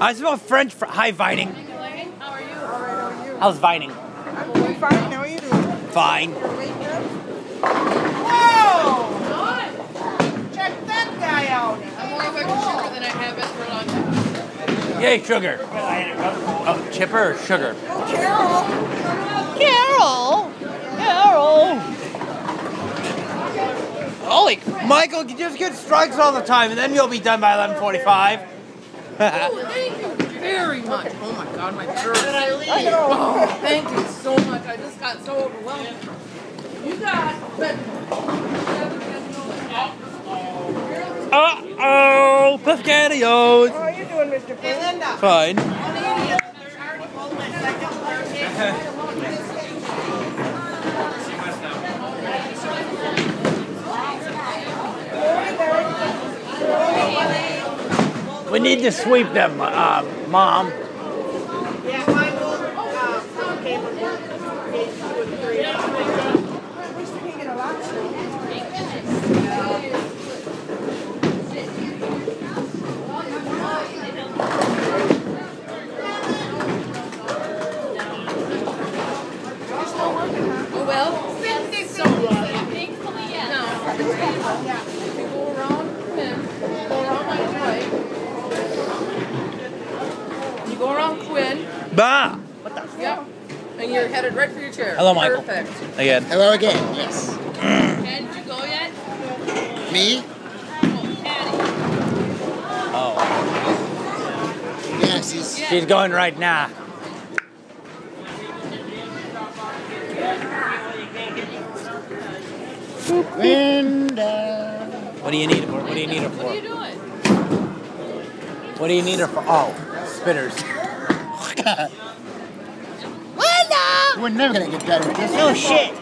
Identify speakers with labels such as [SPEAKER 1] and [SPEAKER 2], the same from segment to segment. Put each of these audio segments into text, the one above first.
[SPEAKER 1] I smell French fr- Hi, vining.
[SPEAKER 2] How are you?
[SPEAKER 3] All right, how are you?
[SPEAKER 1] How's vining?
[SPEAKER 3] I'm doing fine. How are you doing?
[SPEAKER 1] Fine.
[SPEAKER 3] Waking up? Whoa!
[SPEAKER 2] Good.
[SPEAKER 3] Check that guy out.
[SPEAKER 2] I'm more affected sugar than I have been for a long time.
[SPEAKER 1] Yay, sugar. Oh, chipper or sugar?
[SPEAKER 3] Oh, Carol.
[SPEAKER 1] Carol. Carol. Holy, Michael, you just get strikes all the time, and then you'll be done by 11:45.
[SPEAKER 2] Oh, thank you very much. Oh my God, my purse. Did I leave? thank you so much. I just got so overwhelmed. You got, but.
[SPEAKER 1] Uh oh,
[SPEAKER 3] How
[SPEAKER 1] Piscatios.
[SPEAKER 3] are you doing, Mr. Finn? Linda.
[SPEAKER 1] Fine. We need to sweep them, uh, Mom.
[SPEAKER 3] Yeah, Michael, um, came with one, gave two and three. We should be getting a lot soon.
[SPEAKER 2] Oh, well. So, thankfully, yes. Now, if you go around Quinn, go around my right. You go around Quinn,
[SPEAKER 1] Bah.
[SPEAKER 2] yep, and you're headed right for your chair.
[SPEAKER 1] Hello, Michael.
[SPEAKER 2] Perfect.
[SPEAKER 1] Again.
[SPEAKER 4] Hello again, yes.
[SPEAKER 2] And you go yet?
[SPEAKER 4] Me?
[SPEAKER 1] Oh,
[SPEAKER 4] Yes, he's.
[SPEAKER 1] she's going right now.
[SPEAKER 4] Linda.
[SPEAKER 1] What do you need? What, what do you need her
[SPEAKER 2] What are you
[SPEAKER 1] for?
[SPEAKER 2] doing?
[SPEAKER 1] What do you need her for? Oh, spitters.
[SPEAKER 4] We're never gonna get better at this.
[SPEAKER 1] No shit.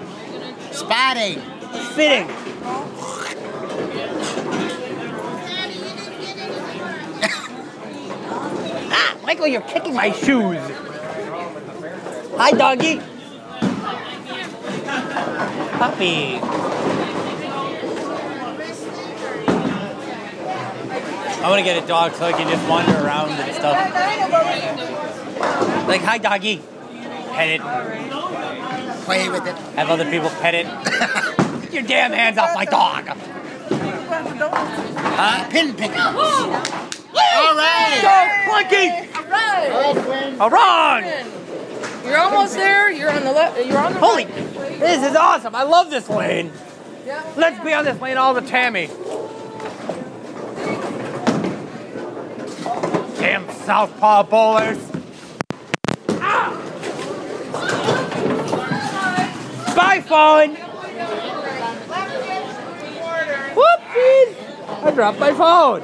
[SPEAKER 4] Spotting.
[SPEAKER 1] Spitting. ah, Michael, you're kicking my shoes. Hi, doggy. Puppy. I want to get a dog so I can just wander around and stuff. Like, hi, doggy. Pet it.
[SPEAKER 4] Play with it.
[SPEAKER 1] Have other people pet it. Get your damn hands off my dog. Huh?
[SPEAKER 4] Pin picking. All right.
[SPEAKER 1] Go,
[SPEAKER 2] All right.
[SPEAKER 4] All right, Quinn.
[SPEAKER 1] Around!
[SPEAKER 2] Quinn. You're almost there. You're on the left. You're on the
[SPEAKER 1] Holy,
[SPEAKER 2] Right.
[SPEAKER 1] this is awesome. I love this lane.
[SPEAKER 2] Yeah.
[SPEAKER 1] Let's be on this lane all the Tammy. Damn southpaw bowlers. Ah! Bye, phone. Whoopsies. I dropped my phone.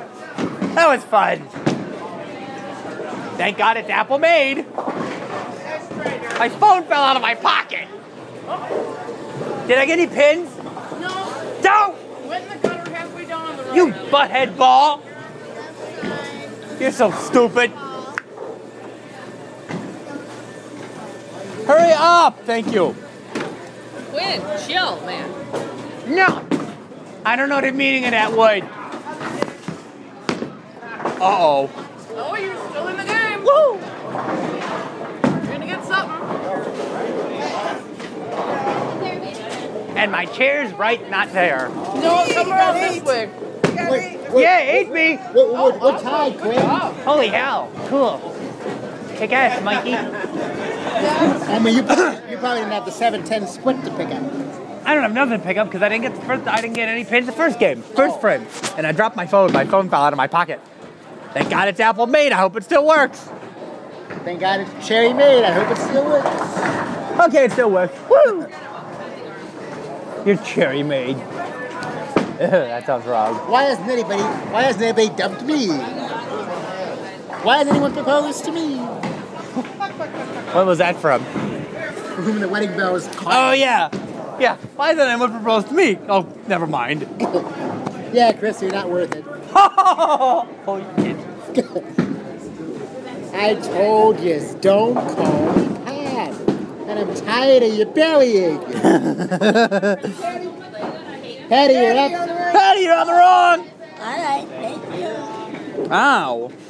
[SPEAKER 1] That was fun. Thank God it's Apple made. My phone fell out of my pocket. Did I get any pins?
[SPEAKER 2] No.
[SPEAKER 1] Don't!
[SPEAKER 2] Went in the gutter halfway down on the road.
[SPEAKER 1] You butthead ball! You're so stupid. Hurry up! Thank you.
[SPEAKER 2] Quinn, chill, man.
[SPEAKER 1] No! I don't know the meaning of that word. Uh oh.
[SPEAKER 2] Oh, you're still in the game.
[SPEAKER 1] Woo!
[SPEAKER 2] You're gonna get something.
[SPEAKER 1] And my chair's right not there.
[SPEAKER 2] No, somewhere else this way.
[SPEAKER 4] Wait, wait,
[SPEAKER 1] Yeah, eat me!
[SPEAKER 4] We're, we're, we're tied, Quinn.
[SPEAKER 2] Oh,
[SPEAKER 1] Holy hell, cool. Kick ass, Mikey.
[SPEAKER 4] I mean, you probably, you probably didn't have the 7 10 split to pick up.
[SPEAKER 1] I don't have nothing to pick up because I didn't get the first. I didn't get any pins the first game, first frame, and I dropped my phone. My phone fell out of my pocket. Thank God it's Apple made. I hope it still works.
[SPEAKER 4] Thank God it's cherry made. I hope it still works.
[SPEAKER 1] Okay, it still works. Woo! You're cherry made. Ew, that sounds wrong.
[SPEAKER 4] Why hasn't anybody? Why hasn't anybody dumped me? Why hasn't anyone proposed to me?
[SPEAKER 1] What was that from?
[SPEAKER 4] For whom the wedding bell is
[SPEAKER 1] Oh
[SPEAKER 4] caught.
[SPEAKER 1] yeah, yeah. Why then anyone propose to me? Oh, never mind.
[SPEAKER 4] Yeah, Chris, you're not worth it.
[SPEAKER 1] oh, shit.
[SPEAKER 4] I told you, don't call me Pat. And I'm tired of your belly aching. Patty, you're up.
[SPEAKER 1] Patty, you're on the wrong.
[SPEAKER 5] All right, thank you.
[SPEAKER 1] Ow.